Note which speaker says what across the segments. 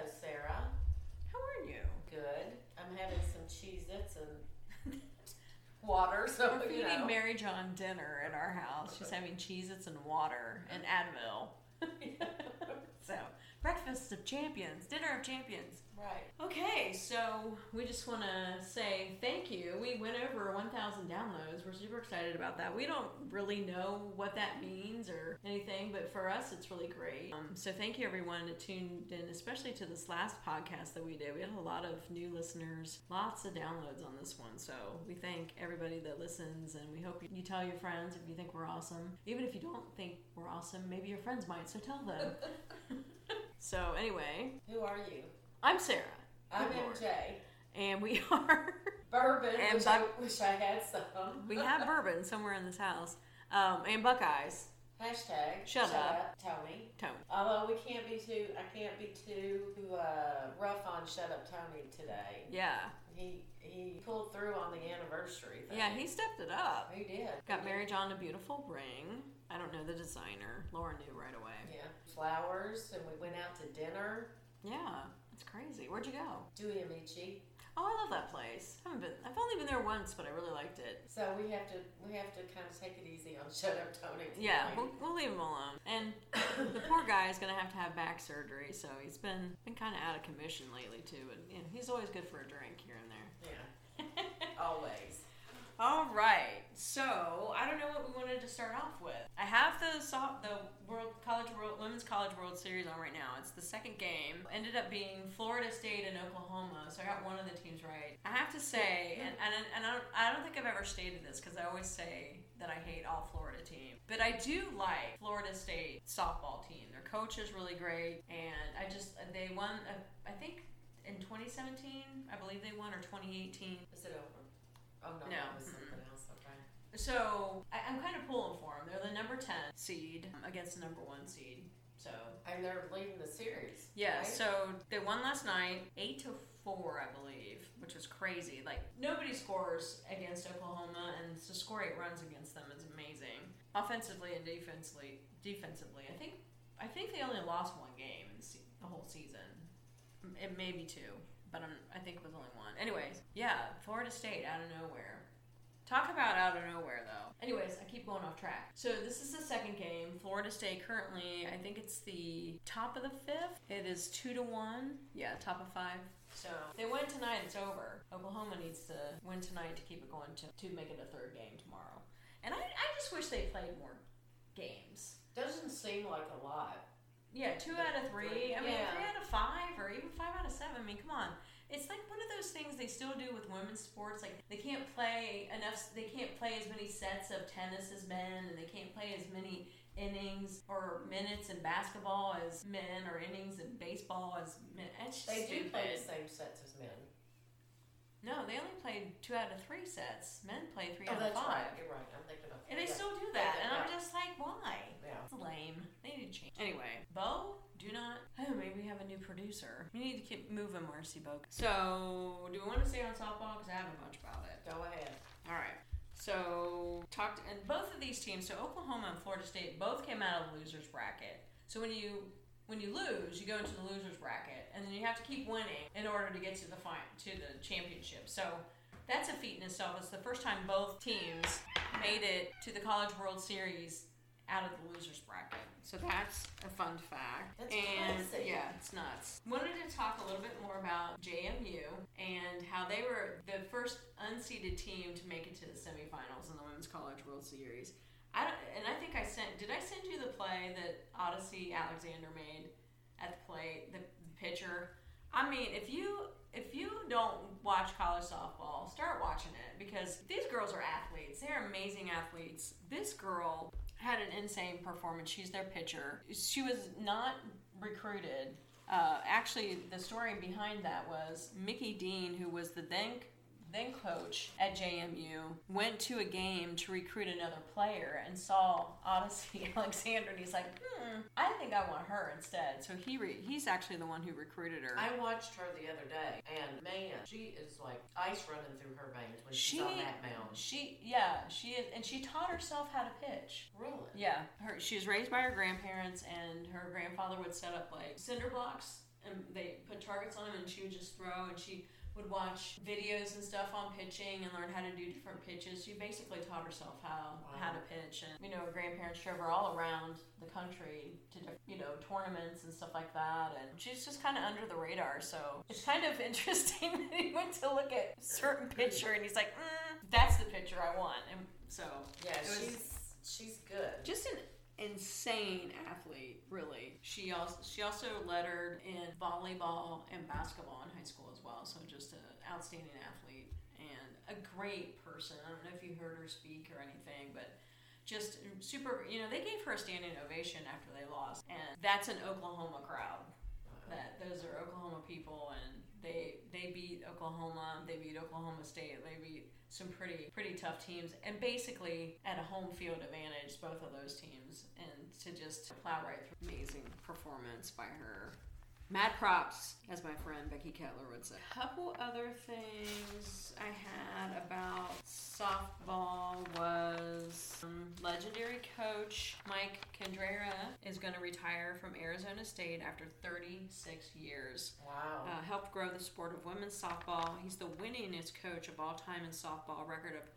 Speaker 1: so
Speaker 2: We're
Speaker 1: you
Speaker 2: feeding
Speaker 1: know.
Speaker 2: Mary John dinner at our house. She's having Cheez Its and water and Advil. so, breakfast of champions, dinner of champions.
Speaker 1: Right.
Speaker 2: Okay, so we just want to say thank you. We went over 1,000 downloads. We're super excited about that. We don't really know what that means or anything, but for us, it's really great. Um, so thank you everyone that tuned in, especially to this last podcast that we did. We had a lot of new listeners, lots of downloads on this one. So we thank everybody that listens, and we hope you tell your friends if you think we're awesome. Even if you don't think we're awesome, maybe your friends might. So tell them. so anyway,
Speaker 1: Who are you?
Speaker 2: I'm Sarah.
Speaker 1: I'm
Speaker 2: Good Lord.
Speaker 1: MJ.
Speaker 2: And we are,
Speaker 1: Bourbon.
Speaker 2: And
Speaker 1: Wish I, wish I had some.
Speaker 2: we have bourbon somewhere in this house. Um, and Buckeyes,
Speaker 1: Hashtag.
Speaker 2: Shut up.
Speaker 1: Tony.
Speaker 2: Tony.
Speaker 1: Although we can't be too, I can't be too uh, rough on Shut Up Tony today.
Speaker 2: Yeah.
Speaker 1: He he pulled through on the anniversary. Thing.
Speaker 2: Yeah, he stepped it up.
Speaker 1: he did.
Speaker 2: Got Mary John a beautiful ring. I don't know the designer. Laura knew right away.
Speaker 1: Yeah, flowers, and we went out to dinner. yeah.
Speaker 2: Yeah, it's crazy. Where'd you go?
Speaker 1: Dewey Amici.
Speaker 2: Oh, I love that place. I haven't been, I've only been there once, but I really liked it.
Speaker 1: So we have to we have to kind of take it easy on Shut Up Tony. Tonight.
Speaker 2: Yeah, we'll, we'll leave him alone. And the poor guy is going to have to have back surgery, so he's been, been kind of out of commission lately, too. And, and he's always good for a drink here and there.
Speaker 1: yeah, always.
Speaker 2: All right. So I don't know what we wanted to start off with. I have the so- the World College World Women's College World Series on right now. It's the second game. Ended up being Florida State and Oklahoma. So I got one of the teams right. I have to say, and and, and I, don't, I don't think I've ever stated this because I always say that I hate all Florida teams, but I do like Florida State softball team. Their coach is really great, and I just they won. uh, I think. In 2017, I believe they won, or 2018,
Speaker 1: Is it over? Oh no,
Speaker 2: No.
Speaker 1: that was something else. Okay.
Speaker 2: So I, I'm kind of pulling for them. They're the number 10 seed um, against the number one seed. So
Speaker 1: And they're leading the series.
Speaker 2: yeah,
Speaker 1: right?
Speaker 2: so they won last night, eight to four, I believe, which was crazy. Like nobody scores against Oklahoma, and to score eight runs against them is amazing, offensively and defensively. Defensively, I think I think they only lost one game in the, se- the whole season. M- It may be two, but I'm, I think it was only one. Anyways, yeah, Florida State out of nowhere. Talk about out of nowhere, though. Anyways, I keep going off track. So this is the second game. Florida State currently, I think it's the top of the fifth. It is two to one. Yeah, top of five. So if they win tonight. It's over. Oklahoma needs to win tonight to keep it going to, to make it a third game tomorrow. And I, I just wish they played more games.
Speaker 1: doesn't seem like a lot.
Speaker 2: Yeah, two out of three. I mean,
Speaker 1: Yeah.
Speaker 2: three out of five, or even five out of seven. I mean, come on. It's like one of those things they still do with women's sports. Like they can't play enough. They can't play as many sets of tennis as men, and they can't play as many innings or minutes in basketball as men, or innings in baseball as men. It's just
Speaker 1: They do play the
Speaker 2: stupid.
Speaker 1: same sets as men.
Speaker 2: No, they only played two out of three sets. Men play three
Speaker 1: oh,
Speaker 2: out of
Speaker 1: that's
Speaker 2: five,
Speaker 1: right. You're right. I'm thinking of.
Speaker 2: and they
Speaker 1: yeah.
Speaker 2: still do that. And I'm
Speaker 1: Yeah.
Speaker 2: just like, why?
Speaker 1: Yeah.
Speaker 2: It's lame. They need to change. Anyway, Bo, do not. Oh, maybe we have a new producer. We need to keep moving, Marcy Bo. So, do we want to stay on softball? Because I have a bunch about it.
Speaker 1: Go ahead.
Speaker 2: All right. So, talked. And both of these teams, so Oklahoma and Florida State, both came out of the losers bracket. So when you when you lose, you go into the losers bracket, and then you have to keep winning in order to get to the final to the championship. So that's a feat in itself. It's the first time both teams made it to the College World Series out of the losers bracket. So that's a fun fact.
Speaker 1: That's
Speaker 2: and
Speaker 1: crazy.
Speaker 2: yeah, it's nuts. Wanted to talk a little bit more about JMU and how they were the first unseeded team to make it to the semifinals in the Women's College World Series. I don't, and I think I sent. Did I send you the play that Odyssey Alexander made at the play the pitcher? I mean, if you if you don't watch college softball, start watching it because these girls are athletes. They're amazing athletes. This girl had an insane performance. She's their pitcher. She was not recruited. Uh, actually, the story behind that was Mickey Dean, who was the then then coach at JMU went to a game to recruit another player and saw Odyssey Alexander and he's like, hmm, I think I want her instead. So he re- he's actually the one who recruited her.
Speaker 1: I watched her the other day, and man, she is like ice running through her veins when
Speaker 2: she
Speaker 1: she's on that mound.
Speaker 2: she yeah she is and she taught herself how to pitch.
Speaker 1: Really?
Speaker 2: Yeah, her she was raised by her grandparents and her grandfather would set up like cinder blocks and they put targets on them and she would just throw and she would watch videos and stuff on pitching and learn how to do different pitches. She basically taught herself how
Speaker 1: Wow.
Speaker 2: how to pitch, and you know, her grandparents drove her all around the country to diff- you know tournaments and stuff like that. And she's just kind of under the radar, so it's kind of interesting that he went to look at a certain pitcher and he's like, mm, "That's the pitcher I want," and so
Speaker 1: Yeah,
Speaker 2: It was-
Speaker 1: she's she's good.
Speaker 2: just an insane athlete really she also she also lettered in volleyball and basketball in high school as well so just an outstanding athlete and a great person i don't know if you heard her speak or anything but just super you know they gave her a standing ovation after they lost and that's an oklahoma crowd that those are Oklahoma people, and they they beat Oklahoma, they beat Oklahoma State, they beat some pretty pretty tough teams, and basically at a home field advantage, both of those teams, and to just plow right through. Amazing performance by her. Mad props, as my friend Becky Kettler would say. couple other things I had about softball was um, legendary coach Mike Kendrera is going to retire from Arizona State after 36 years.
Speaker 1: Wow.
Speaker 2: Uh, helped grow the sport of women's softball. He's the winningest coach of all time in softball, record of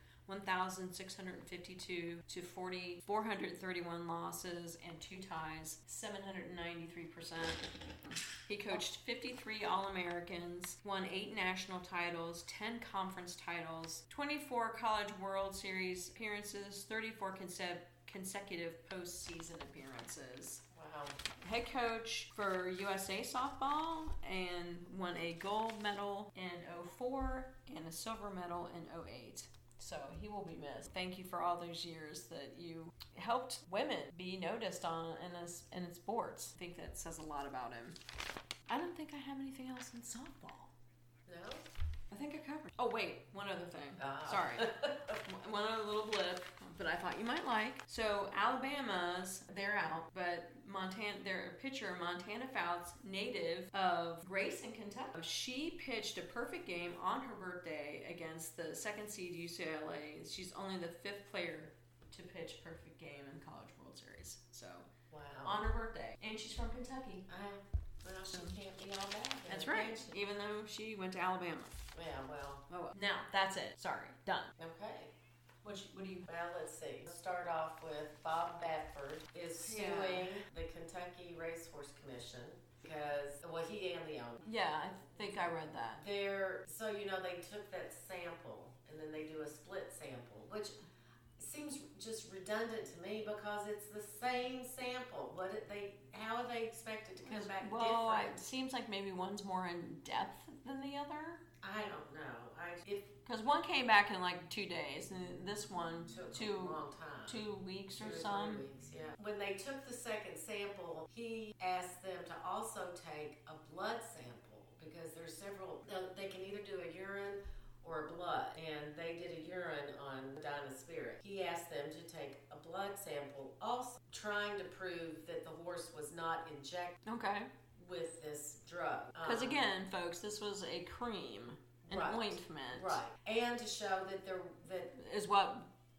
Speaker 2: 1,652 to 40, 431 losses and two ties, 793%. He coached 53 All Americans, won eight national titles, 10 conference titles, 24 College World Series appearances, 34 conse- consecutive postseason appearances
Speaker 1: Wow.
Speaker 2: head coach for USA softball and won a gold medal in 04 and a silver medal in 08. So he will be missed. Thank you for all those years that you helped women be noticed on in us in sports. I think that says a lot about him. I don't think I have anything else in softball.
Speaker 1: No.
Speaker 2: I think I covered. Oh wait, one other thing.
Speaker 1: Ah.
Speaker 2: Sorry. One other little blip that I thought you might like. So Alabama's they're out, but Montana their pitcher Montana Fouts, native of Grayson, Kentucky. She pitched a perfect game on her birthday against the second seed UCLA. She's only the fifth player to pitch perfect game in College World Series. So
Speaker 1: wow.
Speaker 2: on her birthday, and she's from Kentucky.
Speaker 1: I, well, she can't be all bad. then,
Speaker 2: That's right.
Speaker 1: can she?
Speaker 2: Even though she went to Alabama.
Speaker 1: Yeah. Well.
Speaker 2: Oh, well. now that's it. Sorry, done.
Speaker 1: Okay.
Speaker 2: What, you- what do you?
Speaker 1: Well, let's see. Let's start off with Bob Bedford is suing
Speaker 2: Yeah.
Speaker 1: the Kentucky Racehorse Commission because, well, he and the owner.
Speaker 2: Yeah, I think I read that.
Speaker 1: They're, so, you know, they took that sample and then they do a split sample, which seems just redundant to me because it's the same sample. What did they, how are they expected to come back
Speaker 2: well, it
Speaker 1: different?
Speaker 2: seems like maybe one's more in depth than the other.
Speaker 1: I don't know. I, it
Speaker 2: Because one came back in like two days, and this one
Speaker 1: took a
Speaker 2: two
Speaker 1: long time.
Speaker 2: two weeks
Speaker 1: Two
Speaker 2: or
Speaker 1: three
Speaker 2: some.
Speaker 1: weeks, yeah. When they took the second sample, he asked them to also take a blood sample because there's several. uh, They can either do a urine or a blood, and they did a urine on Dinah Spirit. He asked them to take a blood sample, also trying to prove that the horse was not injected
Speaker 2: Okay.
Speaker 1: with this drug.
Speaker 2: Because
Speaker 1: Um,
Speaker 2: again, folks, this was a cream, an
Speaker 1: Right.
Speaker 2: ointment,
Speaker 1: right, and to show that there that
Speaker 2: is what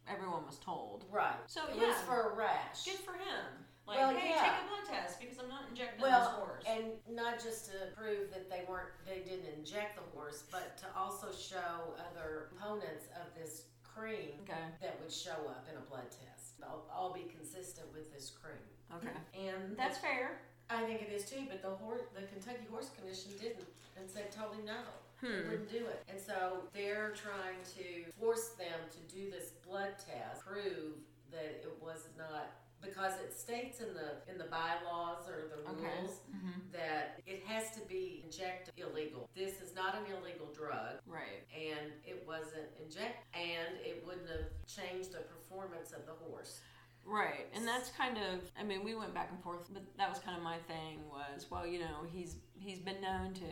Speaker 2: everyone was told.
Speaker 1: right.
Speaker 2: So,
Speaker 1: it was
Speaker 2: yeah.
Speaker 1: for a rash.
Speaker 2: Good for him. Like,
Speaker 1: Well,
Speaker 2: hey,
Speaker 1: yeah.
Speaker 2: take a blood test because I'm not injecting this
Speaker 1: Well,
Speaker 2: horse.
Speaker 1: and not just to prove that they weren't, they didn't inject the horse, but to also show other components of this cream
Speaker 2: okay.
Speaker 1: that would show up in a blood test. I'll, I'll be consistent with this cream.
Speaker 2: Okay.
Speaker 1: And
Speaker 2: That's fair.
Speaker 1: I think it is too, but the horse, the Kentucky Horse Commission didn't and said totally no.
Speaker 2: Hmm.
Speaker 1: Wouldn't do it. And so they're trying to force them to do this blood test, prove that it was not because it states in the in the bylaws or the
Speaker 2: Okay.
Speaker 1: rules
Speaker 2: Mm-hmm.
Speaker 1: that it has to be injected illegal. This is not an illegal drug,
Speaker 2: Right.
Speaker 1: and it wasn't injected, and it wouldn't have changed the performance of the horse.
Speaker 2: Right, and that's kind of. I mean, we went back and forth, but that was kind of my thing. Was well, you know, he's he's been known to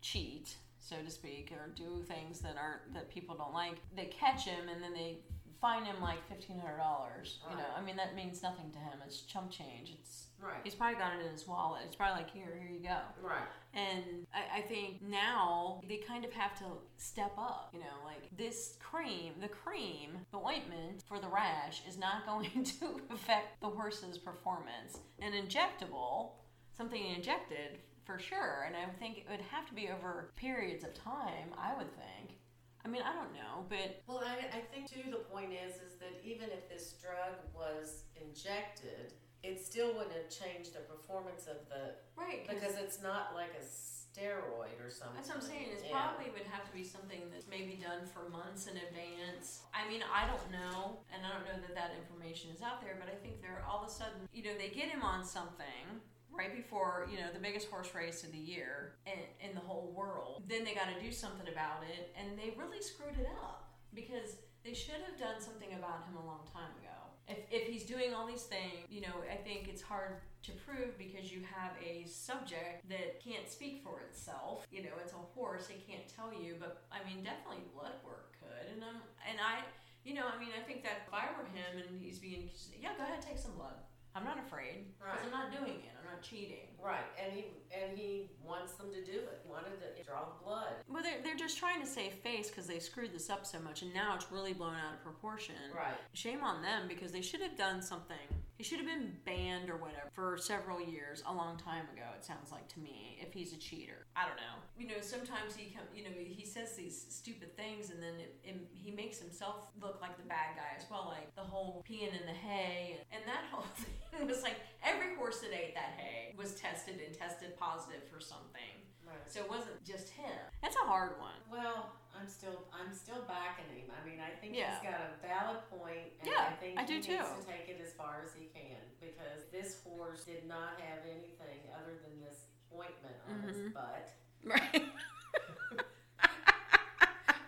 Speaker 2: cheat, so to speak, or do things that aren't that people don't like. They catch him, and then they fine him like fifteen hundred dollars. You know,
Speaker 1: Right.
Speaker 2: I mean, that means nothing to him. It's chump change. It's
Speaker 1: Right.
Speaker 2: he's probably got it in his wallet. It's probably like here, here you go.
Speaker 1: Right.
Speaker 2: And I, I think now they kind of have to step up, you know, like this cream, the cream, the ointment for the rash is not going to affect the horse's performance. An injectable, something injected for sure. And I would think it would have to be over periods of time, I would think. I mean, I don't know, but
Speaker 1: Well, I, I think too the point is is that even if this drug was injected, it still wouldn't have changed the performance of the
Speaker 2: right, 'cause
Speaker 1: because it's not like a steroid or something.
Speaker 2: That's what I'm saying. It
Speaker 1: Yeah.
Speaker 2: probably would have to be something that's maybe done for months in advance. I mean, I don't know, and I don't know that that information is out there, but I think they're all of a sudden, you know, they get him on something right before, you know, the biggest horse race of the year in, in the whole world. Then they got to do something about it, and they really screwed it up because they should have done something about him a long time ago. If, if he's doing all these things, you know, I think it's hard to prove because you have a subject that can't speak for itself. You know, it's a horse; it can't tell you. But I mean, definitely blood work could. And I'm, and I, you know, I mean, I think that if I were him and he's being, accused, yeah, go ahead, take some blood. I'm not afraid because I'm not doing it. I'm not cheating.
Speaker 1: Right, and he and he wants them to do it. Wanted to draw blood.
Speaker 2: Well, they're, they're just trying to save face because they screwed this up so much, and now it's really blown out of proportion.
Speaker 1: Right.
Speaker 2: Shame on them because they should have done something. He should have been banned or whatever for several years, a long time ago. It sounds like to me. If he's a cheater, I don't know. You know, sometimes he come. You know, he says these stupid things, and then it, it- he makes himself look like the bad guy as well. Like the whole peeing in the hay, and, and that whole thing was like every horse that ate that hay was tested and tested positive for something.
Speaker 1: Right.
Speaker 2: So it wasn't just him. That's a hard one.
Speaker 1: Well, I'm still I'm still backing him. I mean, I think
Speaker 2: Yeah.
Speaker 1: he's got a valid point, and
Speaker 2: Yeah,
Speaker 1: I think
Speaker 2: I do
Speaker 1: he needs
Speaker 2: too.
Speaker 1: to take it as far as he can because this horse did not have anything other than this ointment on his
Speaker 2: Mhm.
Speaker 1: butt.
Speaker 2: Right.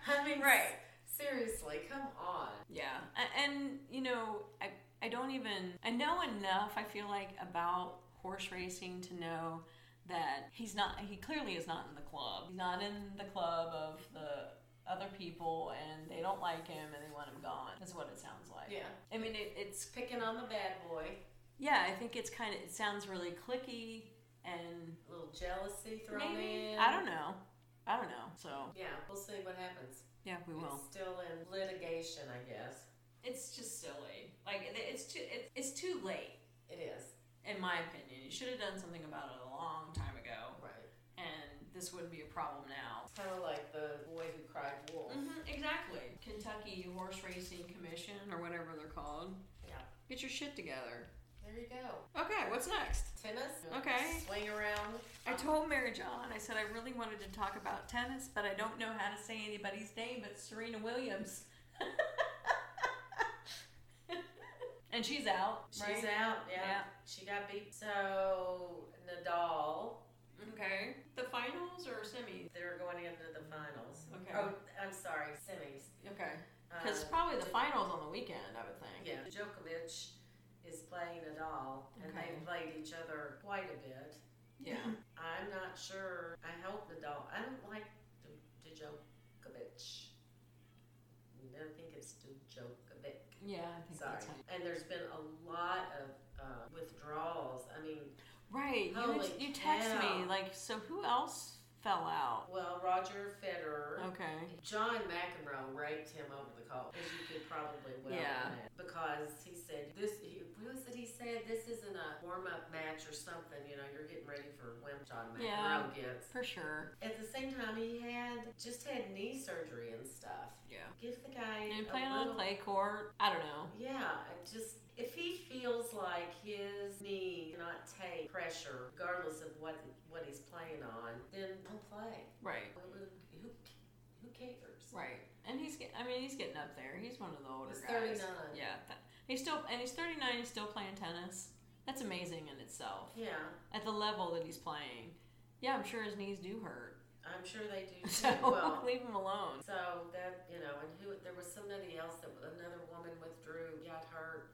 Speaker 1: I mean,
Speaker 2: Right.
Speaker 1: Seriously, come on.
Speaker 2: Yeah. A- And, you know, I, I don't even, I know enough, I feel like, about horse racing to know that he's not, he clearly is not in the club. He's not in the club of the other people and they don't like him and they want him gone. That's what it sounds like.
Speaker 1: Yeah,
Speaker 2: I mean, it, it's,
Speaker 1: picking on the bad boy,
Speaker 2: yeah, I think it's kind of, it sounds really clicky and
Speaker 1: a little jealousy thrown
Speaker 2: maybe,
Speaker 1: in.
Speaker 2: I don't know. I don't know. So,
Speaker 1: Yeah, we'll see what happens.
Speaker 2: yeah, we will.
Speaker 1: It's still in litigation, I guess.
Speaker 2: It's just silly. Like it- it's too it's, it's too late
Speaker 1: It is
Speaker 2: in my opinion. You should have done something about it a long time ago,
Speaker 1: right.
Speaker 2: and this wouldn't be a problem now.
Speaker 1: Kind of like the boy who cried wolf.
Speaker 2: Mm-hmm, exactly. Kentucky Horse Racing Commission or whatever they're called.
Speaker 1: Yeah.
Speaker 2: Get your shit together.
Speaker 1: There you go.
Speaker 2: Okay, what's next?
Speaker 1: Tennis.
Speaker 2: Okay.
Speaker 1: Swing around.
Speaker 2: I told Mary John, I said I really wanted to talk about tennis, but I don't know how to say anybody's name but Serena Williams. and she's out.
Speaker 1: She's
Speaker 2: right?
Speaker 1: out. Yeah.
Speaker 2: Yeah.
Speaker 1: She got beat. So Nadal,
Speaker 2: Okay. The finals or semis?
Speaker 1: they're going into the finals.
Speaker 2: Okay.
Speaker 1: Oh, I'm sorry, semis.
Speaker 2: Okay.
Speaker 1: Um,
Speaker 2: Because probably the finals on the weekend, I would think.
Speaker 1: Yeah, Djokovic is playing Nadal, and
Speaker 2: Okay.
Speaker 1: they've played each other quite a bit.
Speaker 2: Yeah.
Speaker 1: I'm not sure. I hope Nadal. I don't like D- Djokovic. I think it's Djokovic.
Speaker 2: Yeah, I think
Speaker 1: Sorry.
Speaker 2: that's how-
Speaker 1: And there's been a lot of uh, withdrawals. I mean,
Speaker 2: Right. You,
Speaker 1: Holy
Speaker 2: you text me,
Speaker 1: cow.
Speaker 2: like, so who else fell out?
Speaker 1: well, Roger Federer.
Speaker 2: Okay.
Speaker 1: John McEnroe raked him over the coals, as you could probably well
Speaker 2: Yeah.
Speaker 1: imagine, because he said this. He, what was it he said? This isn't a warm up match or something. You know, you're getting ready for when John
Speaker 2: Yeah.
Speaker 1: McEnroe gets.
Speaker 2: For sure.
Speaker 1: At the same time, he had just had knee surgery and stuff.
Speaker 2: Yeah.
Speaker 1: Give the guy
Speaker 2: And
Speaker 1: a
Speaker 2: playing on a
Speaker 1: little-
Speaker 2: clay court. I don't know.
Speaker 1: Yeah, it just if he feels like his knee cannot take pressure, regardless of what what he's playing on, then don't play.
Speaker 2: Right.
Speaker 1: Who who cares?
Speaker 2: Right. And he's, get, I mean, he's getting up there. He's one of the older
Speaker 1: He's
Speaker 2: guys.
Speaker 1: 39.
Speaker 2: Yeah. That, he's still, and he's 39, he's still playing tennis. That's amazing in itself.
Speaker 1: Yeah.
Speaker 2: At the level that he's playing. Yeah, I'm sure his knees do hurt.
Speaker 1: I'm sure they do too.
Speaker 2: So
Speaker 1: well,
Speaker 2: leave him alone.
Speaker 1: so that you know, and who there was somebody else that another woman withdrew, got hurt.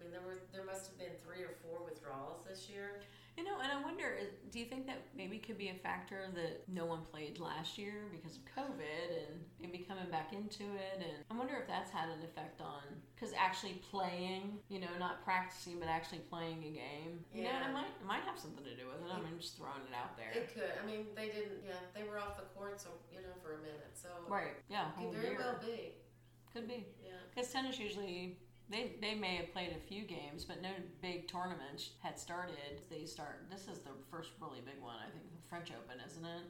Speaker 1: I mean, there were there must have been three or four withdrawals this year.
Speaker 2: You know, and I wonder, is- do you think that maybe could be a factor that no one played last year because of COVID and maybe coming back into it? And I wonder if that's had an effect on, because actually playing, you know, not practicing, but actually playing a game, you know,
Speaker 1: Yeah.
Speaker 2: it might, it might have something to do with it. I mean, I'm just throwing it out there.
Speaker 1: It could. I mean, they didn't. Yeah, they were off the courts, or, you know, for a minute. So
Speaker 2: Right. Yeah.
Speaker 1: could
Speaker 2: Whole
Speaker 1: very
Speaker 2: year.
Speaker 1: well be.
Speaker 2: Could be.
Speaker 1: Yeah.
Speaker 2: Because tennis usually. They, they may have played a few games, but no big tournaments had started. They start. This is the first really big one, I think. French Open, isn't it?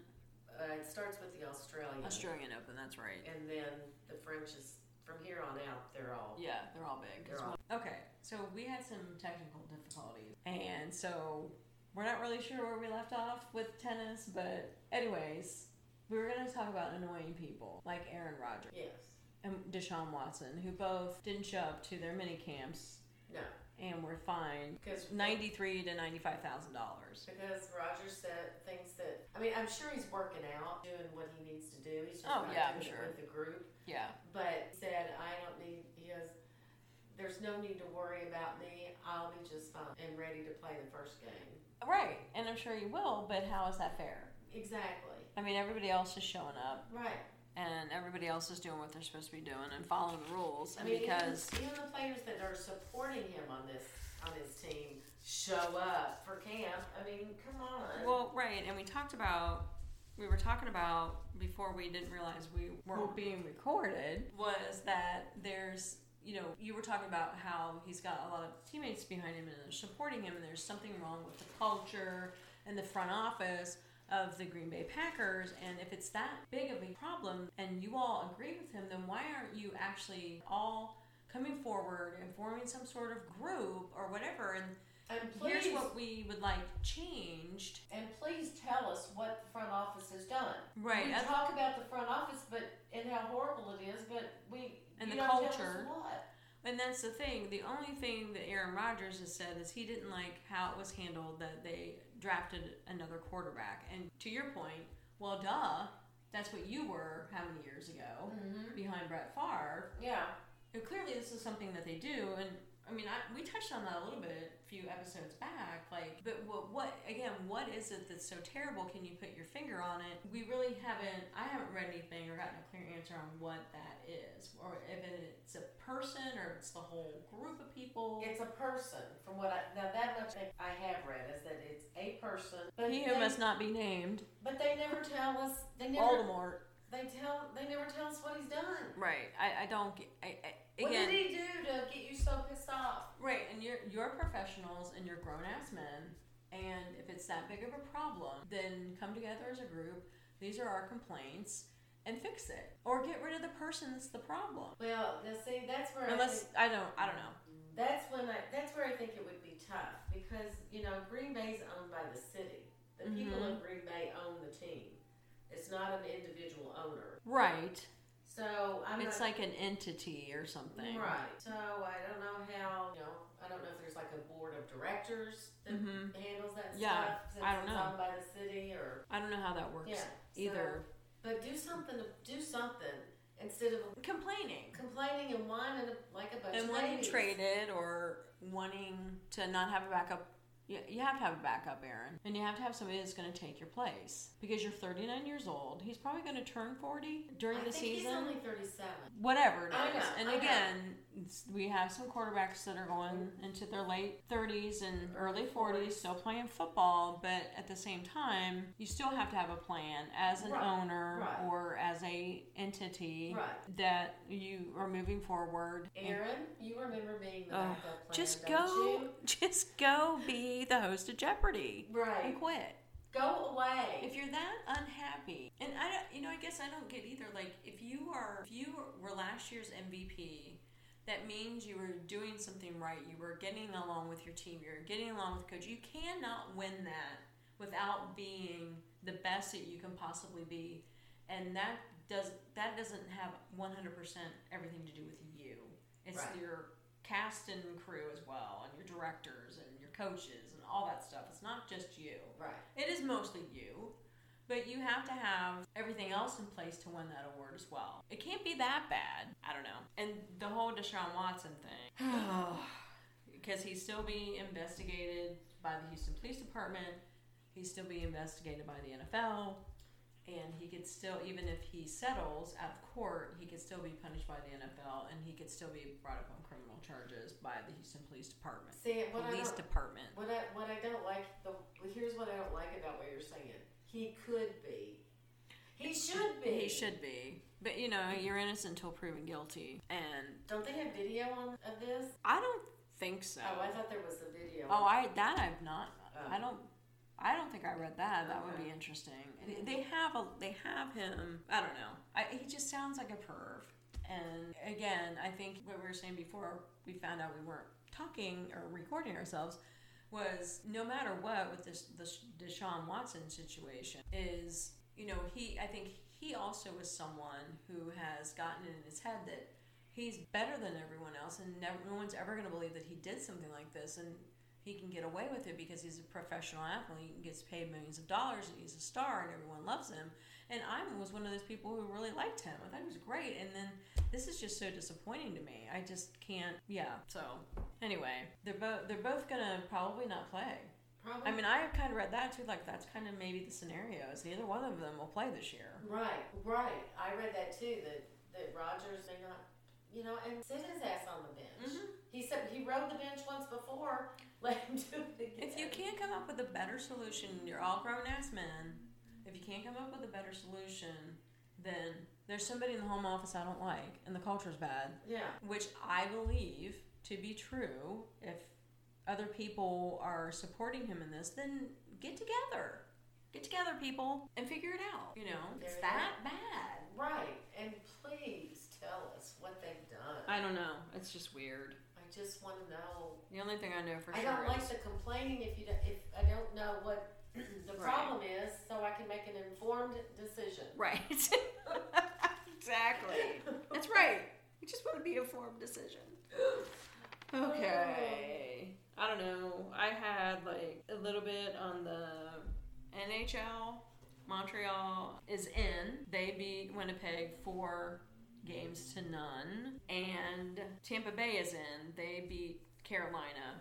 Speaker 1: Uh, it starts with the Australian,
Speaker 2: Australian Open, that's right.
Speaker 1: and then the French is from here on out. They're all
Speaker 2: Yeah, they're all big.
Speaker 1: They're all-
Speaker 2: Okay, so we had some technical difficulties, and so we're not really sure where we left off with tennis, but anyways, we were going to talk about annoying people like Aaron Rodgers
Speaker 1: yes.
Speaker 2: and Deshaun Watson, who both didn't show up to their mini camps
Speaker 1: No,
Speaker 2: and were fined
Speaker 1: because
Speaker 2: ninety-three to ninety-five thousand dollars.
Speaker 1: Because Roger said things that I mean, I'm sure he's working out, doing what he needs to do. He's just
Speaker 2: Oh,
Speaker 1: not
Speaker 2: yeah, I'm
Speaker 1: doing it
Speaker 2: sure.
Speaker 1: with the group.
Speaker 2: Yeah,
Speaker 1: But he said, I don't need. He goes, there's no need to worry about me. I'll be just fine and ready to play the first game.
Speaker 2: right, and I'm sure you will, but how is that fair?
Speaker 1: Exactly.
Speaker 2: I mean, everybody else is showing up,
Speaker 1: Right.
Speaker 2: and everybody else is doing what they're supposed to be doing and following the rules,
Speaker 1: I
Speaker 2: and
Speaker 1: mean,
Speaker 2: because
Speaker 1: even, even the players that are supporting him on this on his team show up for camp. I mean, come on.
Speaker 2: Well, right, and we talked about we were talking about before we didn't realize we weren't being recorded was that there's you know you were talking about how he's got a lot of teammates behind him and they're supporting him and there's something wrong with the culture and the front office of the Green Bay Packers and if it's that big of a problem and you all agree with him then why aren't you actually all coming forward and forming some sort of group or whatever and
Speaker 1: and
Speaker 2: here's
Speaker 1: please,
Speaker 2: what we would like changed
Speaker 1: and please tell us what the front office has done.
Speaker 2: Right.
Speaker 1: We
Speaker 2: and-
Speaker 1: talk about the front office, but and how horrible it is, but we
Speaker 2: And
Speaker 1: you
Speaker 2: the
Speaker 1: don't
Speaker 2: culture.
Speaker 1: Tell us what.
Speaker 2: and that's the thing. The only thing that Aaron Rodgers has said is he didn't like how it was handled that they drafted another quarterback. And to your point, well, duh, that's what you were how many years ago behind Brett Favre.
Speaker 1: Yeah,
Speaker 2: And clearly, this is something that they do. And I mean, I, we touched on that a little bit a few episodes back. Like, but what, what again? What is it that's so terrible? Can you put your finger on it? We really haven't. I haven't read anything or gotten a clear answer on what that is, or if it's a person or if it's the whole group of people.
Speaker 1: it's a person. From what I now that much I- I have read is that it's a person. But
Speaker 2: He who
Speaker 1: they,
Speaker 2: must not be named,
Speaker 1: But they never tell us. They never.
Speaker 2: Voldemort.
Speaker 1: They tell. They never tell us what he's done.
Speaker 2: Right. I, I don't. get- I, I,
Speaker 1: What did
Speaker 2: again.
Speaker 1: he do to get you so pissed off?
Speaker 2: Right. And you're you're professionals and you're grown ass men. And if it's that big of a problem, then come together as a group. These are our complaints and fix it, or get rid of the person that's the problem.
Speaker 1: Well, now see, that's where I
Speaker 2: Unless I don't. I don't know.
Speaker 1: think, that's when I that's where I think it would be tough because you know Green Bay's owned by the city. The people
Speaker 2: Mhm.
Speaker 1: in Green Bay own the team. It's not an individual owner.
Speaker 2: Right.
Speaker 1: So I'm
Speaker 2: it's
Speaker 1: not,
Speaker 2: like an entity or something.
Speaker 1: right. So I don't know how you know. I don't know if there's like a board of directors that
Speaker 2: Mhm.
Speaker 1: handles that
Speaker 2: Yeah,
Speaker 1: stuff. Since
Speaker 2: I don't
Speaker 1: it's
Speaker 2: know.
Speaker 1: owned by the city or
Speaker 2: I don't know how that works
Speaker 1: yeah.
Speaker 2: either.
Speaker 1: So, but do something. Do something instead of
Speaker 2: Complaining.
Speaker 1: complaining and whining like a bunch
Speaker 2: and
Speaker 1: of
Speaker 2: wanting
Speaker 1: babies.
Speaker 2: traded or wanting to not have a backup you, you have to have a backup aaron and you have to have somebody that's going to take your place because you're 39 years old he's probably going to turn 40 during
Speaker 1: I
Speaker 2: the
Speaker 1: think
Speaker 2: season
Speaker 1: he's only 37.
Speaker 2: whatever it is
Speaker 1: I know,
Speaker 2: and
Speaker 1: I know.
Speaker 2: again it's- we have some quarterbacks that are going into their late 30s and early 40s still playing football but at the same time you still have to have a plan as an
Speaker 1: Right,
Speaker 2: owner
Speaker 1: right.
Speaker 2: or as a entity
Speaker 1: Right.
Speaker 2: that you are moving forward and
Speaker 1: Aaron, you remember being the
Speaker 2: Oh,
Speaker 1: backup plan,
Speaker 2: just
Speaker 1: don't
Speaker 2: go,
Speaker 1: you?
Speaker 2: just go be the host of Jeopardy
Speaker 1: Right.
Speaker 2: and quit.
Speaker 1: Go away.
Speaker 2: If you're that unhappy, and I, don't, you know, I guess I don't get either. Like, if you are, if you were last year's MVP, that means you were doing something right. You were getting along with your team. You're getting along with coach. You cannot win that without being the best that you can possibly be, and that does that doesn't have 100% everything to do with you. It's
Speaker 1: Right.
Speaker 2: your cast and crew as well, and your directors and your coaches and all that stuff. It's not just you.
Speaker 1: Right.
Speaker 2: It is mostly you, but you have to have everything else in place to win that award as well. It can't be that bad. I don't know. And the whole Deshaun Watson thing, because he's still being investigated by the Houston Police Department, he's still being investigated by the NFL. And he could still, even if he settles out of court, he could still be punished by the NFL, and he could still be brought up on criminal charges by the Houston Police Department.
Speaker 1: See what I
Speaker 2: Police
Speaker 1: don't-
Speaker 2: Department.
Speaker 1: What I what I don't like the here's what I don't like about what you're saying. He could be. He should be.
Speaker 2: He should be. But you know, you're innocent until proven guilty. And
Speaker 1: Don't they have video on of this?
Speaker 2: I don't think so.
Speaker 1: Oh, I thought there was a video.
Speaker 2: Oh, I that I've not.
Speaker 1: Oh.
Speaker 2: I don't I don't think I read that. That would be interesting. And They have a they have him. I don't know. I, he just sounds like a perv. And again, I think what we were saying before we found out we weren't talking or recording ourselves was no matter what with this this Deshaun Watson situation is you know he I think he also is someone who has gotten it in his head that he's better than everyone else and never, no one's ever going to believe that he did something like this and he can get away with it because he's a professional athlete and gets paid millions of dollars and he's a star and everyone loves him and i was one of those people who really liked him i thought he was great and then this is just so disappointing to me i just can't yeah so anyway they're both they're both gonna probably not play
Speaker 1: Probably
Speaker 2: i mean i kind of read that too like that's kind of maybe the scenario is neither one of them will play this year
Speaker 1: Right, right. I read that too. That that Rogers may not, you know, and sit his ass on the bench.
Speaker 2: Mm-hmm.
Speaker 1: He said he rode the bench once before. Let him do it again.
Speaker 2: If you can't come up with a better solution, you're all grown ass men. If you can't come up with a better solution, then there's somebody in the home office I don't like, and the culture's bad,
Speaker 1: yeah,
Speaker 2: which I believe to be true. If other people are supporting him in this, then get together. Get together, people, and figure it out. You know, it's
Speaker 1: There you
Speaker 2: that bad.
Speaker 1: right. And please tell us what they've done. I,
Speaker 2: I don't know. It's just weird.
Speaker 1: just want to know.
Speaker 2: The only thing I know for
Speaker 1: I
Speaker 2: sure
Speaker 1: don't
Speaker 2: is
Speaker 1: like the complaining if you don't, if I don't know what the
Speaker 2: Right.
Speaker 1: problem is, so I can make an informed decision.
Speaker 2: Right. exactly. That's right. You just want to be informed decision. Okay. I don't know. I had like a little bit on the NHL. Montreal is in. They beat Winnipeg four games to none. And Tampa Bay is in. They beat Carolina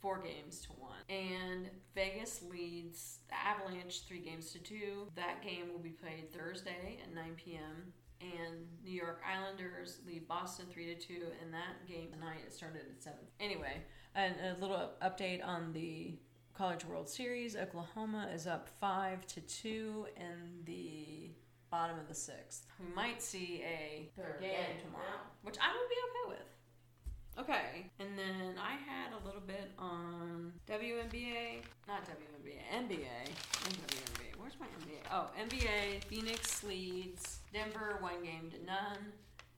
Speaker 2: four games to one. And Vegas leads the Avalanche three games to two. That game will be played Thursday at 9 p.m. And New York Islanders lead Boston three to two, and that game tonight it started at seven. Anyway, and a little update on the College World Series. Oklahoma is up five to two in the bottom of the sixth. We might see a
Speaker 1: Third
Speaker 2: game
Speaker 1: game,
Speaker 2: tomorrow,
Speaker 1: yeah.
Speaker 2: which I would be okay with. Okay. And then I had a little bit on WNBA, not WNBA, NBA, and WNBA. Where's my NBA? Oh, NBA. Phoenix leads Denver one game to none.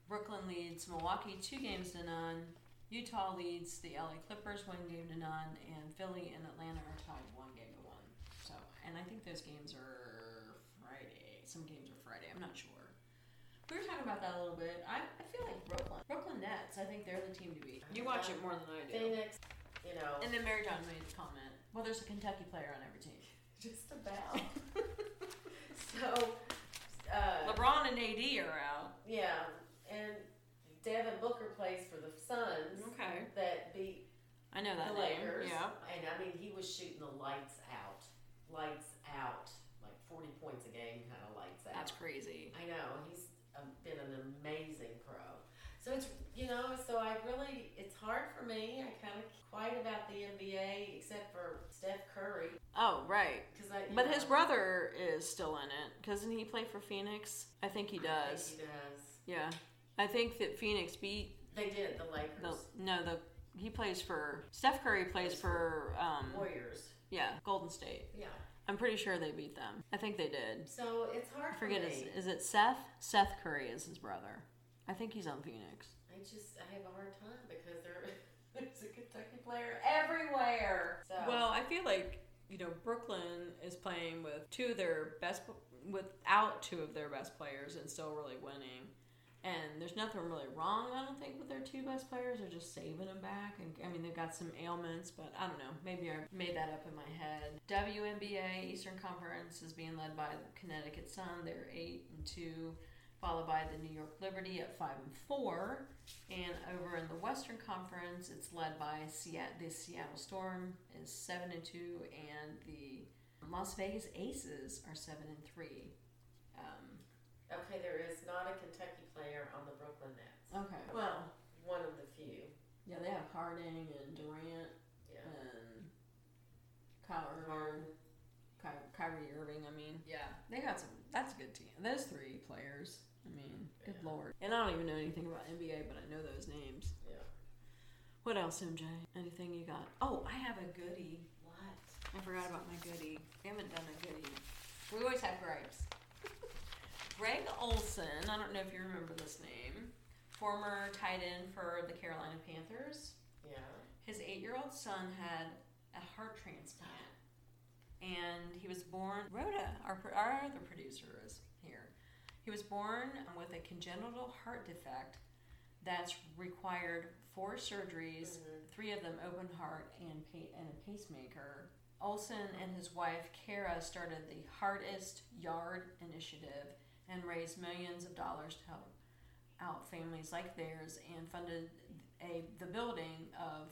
Speaker 2: Brooklyn leads Milwaukee two games to none. Utah leads the LA Clippers one game to none, and Philly and Atlanta are tied one game to one. So, and I think those games are Friday. Some games are Friday. I'm not sure. We were talking about that a little bit. I, I feel like Brooklyn. Brooklyn Nets, I think they're the team to beat. You watch it more than I do.
Speaker 1: Phoenix, you know,
Speaker 2: And then Mary John made a comment. Well, there's a Kentucky player on every team.
Speaker 1: just about. so, uh,
Speaker 2: LeBron and AD are out.
Speaker 1: Yeah, and Devin Booker plays for the Suns
Speaker 2: Okay.
Speaker 1: that beat
Speaker 2: I know that
Speaker 1: the Lakers.
Speaker 2: name. Yeah.
Speaker 1: And I mean, he was shooting the lights out, lights out, like 40 points a game kind of lights out.
Speaker 2: That's crazy.
Speaker 1: I know, he's um, been an amazing pro. So it's, you know, so I really, it's hard for me. I kind of quiet about the NBA except for Steph Curry.
Speaker 2: Oh, right.
Speaker 1: Cause I, you
Speaker 2: But
Speaker 1: know,
Speaker 2: his brother is still in it. Doesn't he play for Phoenix? I think he
Speaker 1: I think
Speaker 2: does.
Speaker 1: He does.
Speaker 2: Yeah. I think that Phoenix beat
Speaker 1: They did, the Lakers.
Speaker 2: the no the he plays for Steph Curry plays for um
Speaker 1: Warriors.
Speaker 2: yeah Golden State.
Speaker 1: Yeah.
Speaker 2: I'm pretty sure they beat them. I think they did.
Speaker 1: So it's hard
Speaker 2: I forget
Speaker 1: for me.
Speaker 2: is is it Seth? Seth Curry is his brother. I think he's on Phoenix.
Speaker 1: I just I have a hard time because there there's a Kentucky player everywhere. So
Speaker 2: Well, I feel like you know Brooklyn is playing with two of their best without two of their best players and still really winning. And there's nothing really wrong, I don't think, with their two best players. They're just saving them back, and I mean they've got some ailments, but I don't know. Maybe I made that up in my head. WNBA Eastern Conference is being led by the Connecticut Sun. They're eight and two, followed by the New York Liberty at five and four. And over in the Western Conference, it's led by Seattle, the Seattle Storm is seven and two, and the Las Vegas Aces are seven and three. Um,
Speaker 1: okay, there is not a Kentucky player on the Brooklyn Nets.
Speaker 2: okay.
Speaker 1: Well, one of the few.
Speaker 2: Yeah, they have Harding and Durant
Speaker 1: Yeah.
Speaker 2: and Kyle Irving. Ky- Kyrie Irving, I mean. Yeah, they got some. That's a good team. Those three players. I mean, good
Speaker 1: Yeah.
Speaker 2: lord. And I don't even know anything about NBA, but I know those names.
Speaker 1: Yeah.
Speaker 2: What else, MJ? Anything you got? Oh, I have a goodie.
Speaker 1: What?
Speaker 2: I forgot about my goodie. We haven't done a goodie. We always have gripes. Greg Olson, I don't know if you remember this name, former tight end for the Carolina Panthers.
Speaker 1: Yeah.
Speaker 2: His eight year old son had a heart transplant. And he was born, Rhoda, our, pro- our other producer, is here. He was born with a congenital heart defect that's required four surgeries,
Speaker 1: Mm-hmm.
Speaker 2: three of them open heart and, pa- and a pacemaker. Olson and his wife, Kara, started the Hardest Yard Initiative and raised millions of dollars to help out families like theirs and funded a the building of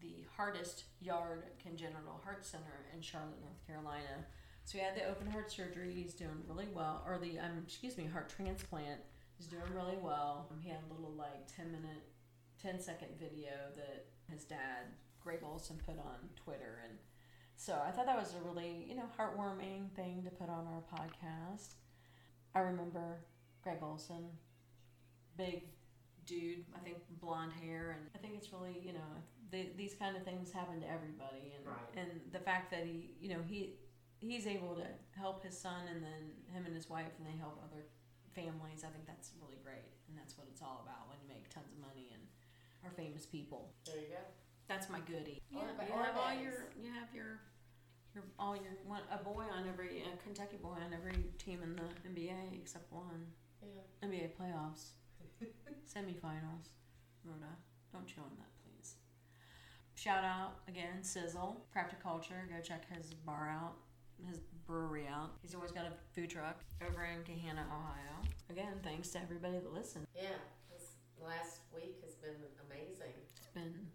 Speaker 2: the Hardest Yard Congenital Heart Center in Charlotte, North Carolina. So he had the open heart surgery. He's doing really well, or the um, excuse me, heart transplant. He's doing really well. Um, He had a little like ten minute, 10 second video that his dad Greg Olson put on Twitter, and so I thought that was a really you know heartwarming thing to put on our podcast. I remember Greg Olson, big dude. I think blonde hair, and I think it's really you know the, these kind of things happen to everybody, and
Speaker 1: Right.
Speaker 2: and the fact that he you know he he's able to help his son, and then him and his wife, and they help other families. I think that's really great, and that's what it's all about when you make tons of money and are famous people.
Speaker 1: There you go.
Speaker 2: That's my goodie.
Speaker 1: Or
Speaker 2: Yeah,
Speaker 1: ba-
Speaker 2: you
Speaker 1: or
Speaker 2: have all
Speaker 1: bags.
Speaker 2: your you have your your all your one a boy on every a Kentucky boy on every team in the NBA except one
Speaker 1: Yeah.
Speaker 2: NBA playoffs semifinals. Rhoda, don't chew on that, please. Shout out again, Sizzle Crafted Culture. Go check his bar out, his brewery out. He's always got a food truck over in Kahana, Ohio. Again, thanks to everybody that listened.
Speaker 1: yeah. This last week has been amazing.
Speaker 2: It's been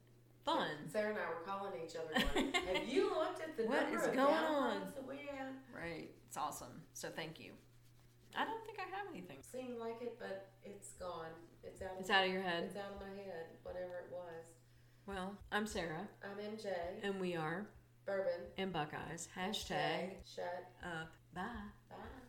Speaker 2: fun.
Speaker 1: Sarah and I were calling each other. Going, Have you looked at the
Speaker 2: What
Speaker 1: number
Speaker 2: is
Speaker 1: of
Speaker 2: going
Speaker 1: downloads
Speaker 2: on?"
Speaker 1: that we have?
Speaker 2: Right. It's awesome. So thank you. I don't think I have anything.
Speaker 1: Seemed like it, but it's gone. It's out.
Speaker 2: It's
Speaker 1: of,
Speaker 2: out of your head.
Speaker 1: It's out of my head. Whatever it was.
Speaker 2: Well, I'm Sarah,
Speaker 1: I'm MJ
Speaker 2: and we are
Speaker 1: Bourbon.
Speaker 2: in Buckeyes. Hashtag
Speaker 1: Shut.
Speaker 2: up. Bye.
Speaker 1: Bye.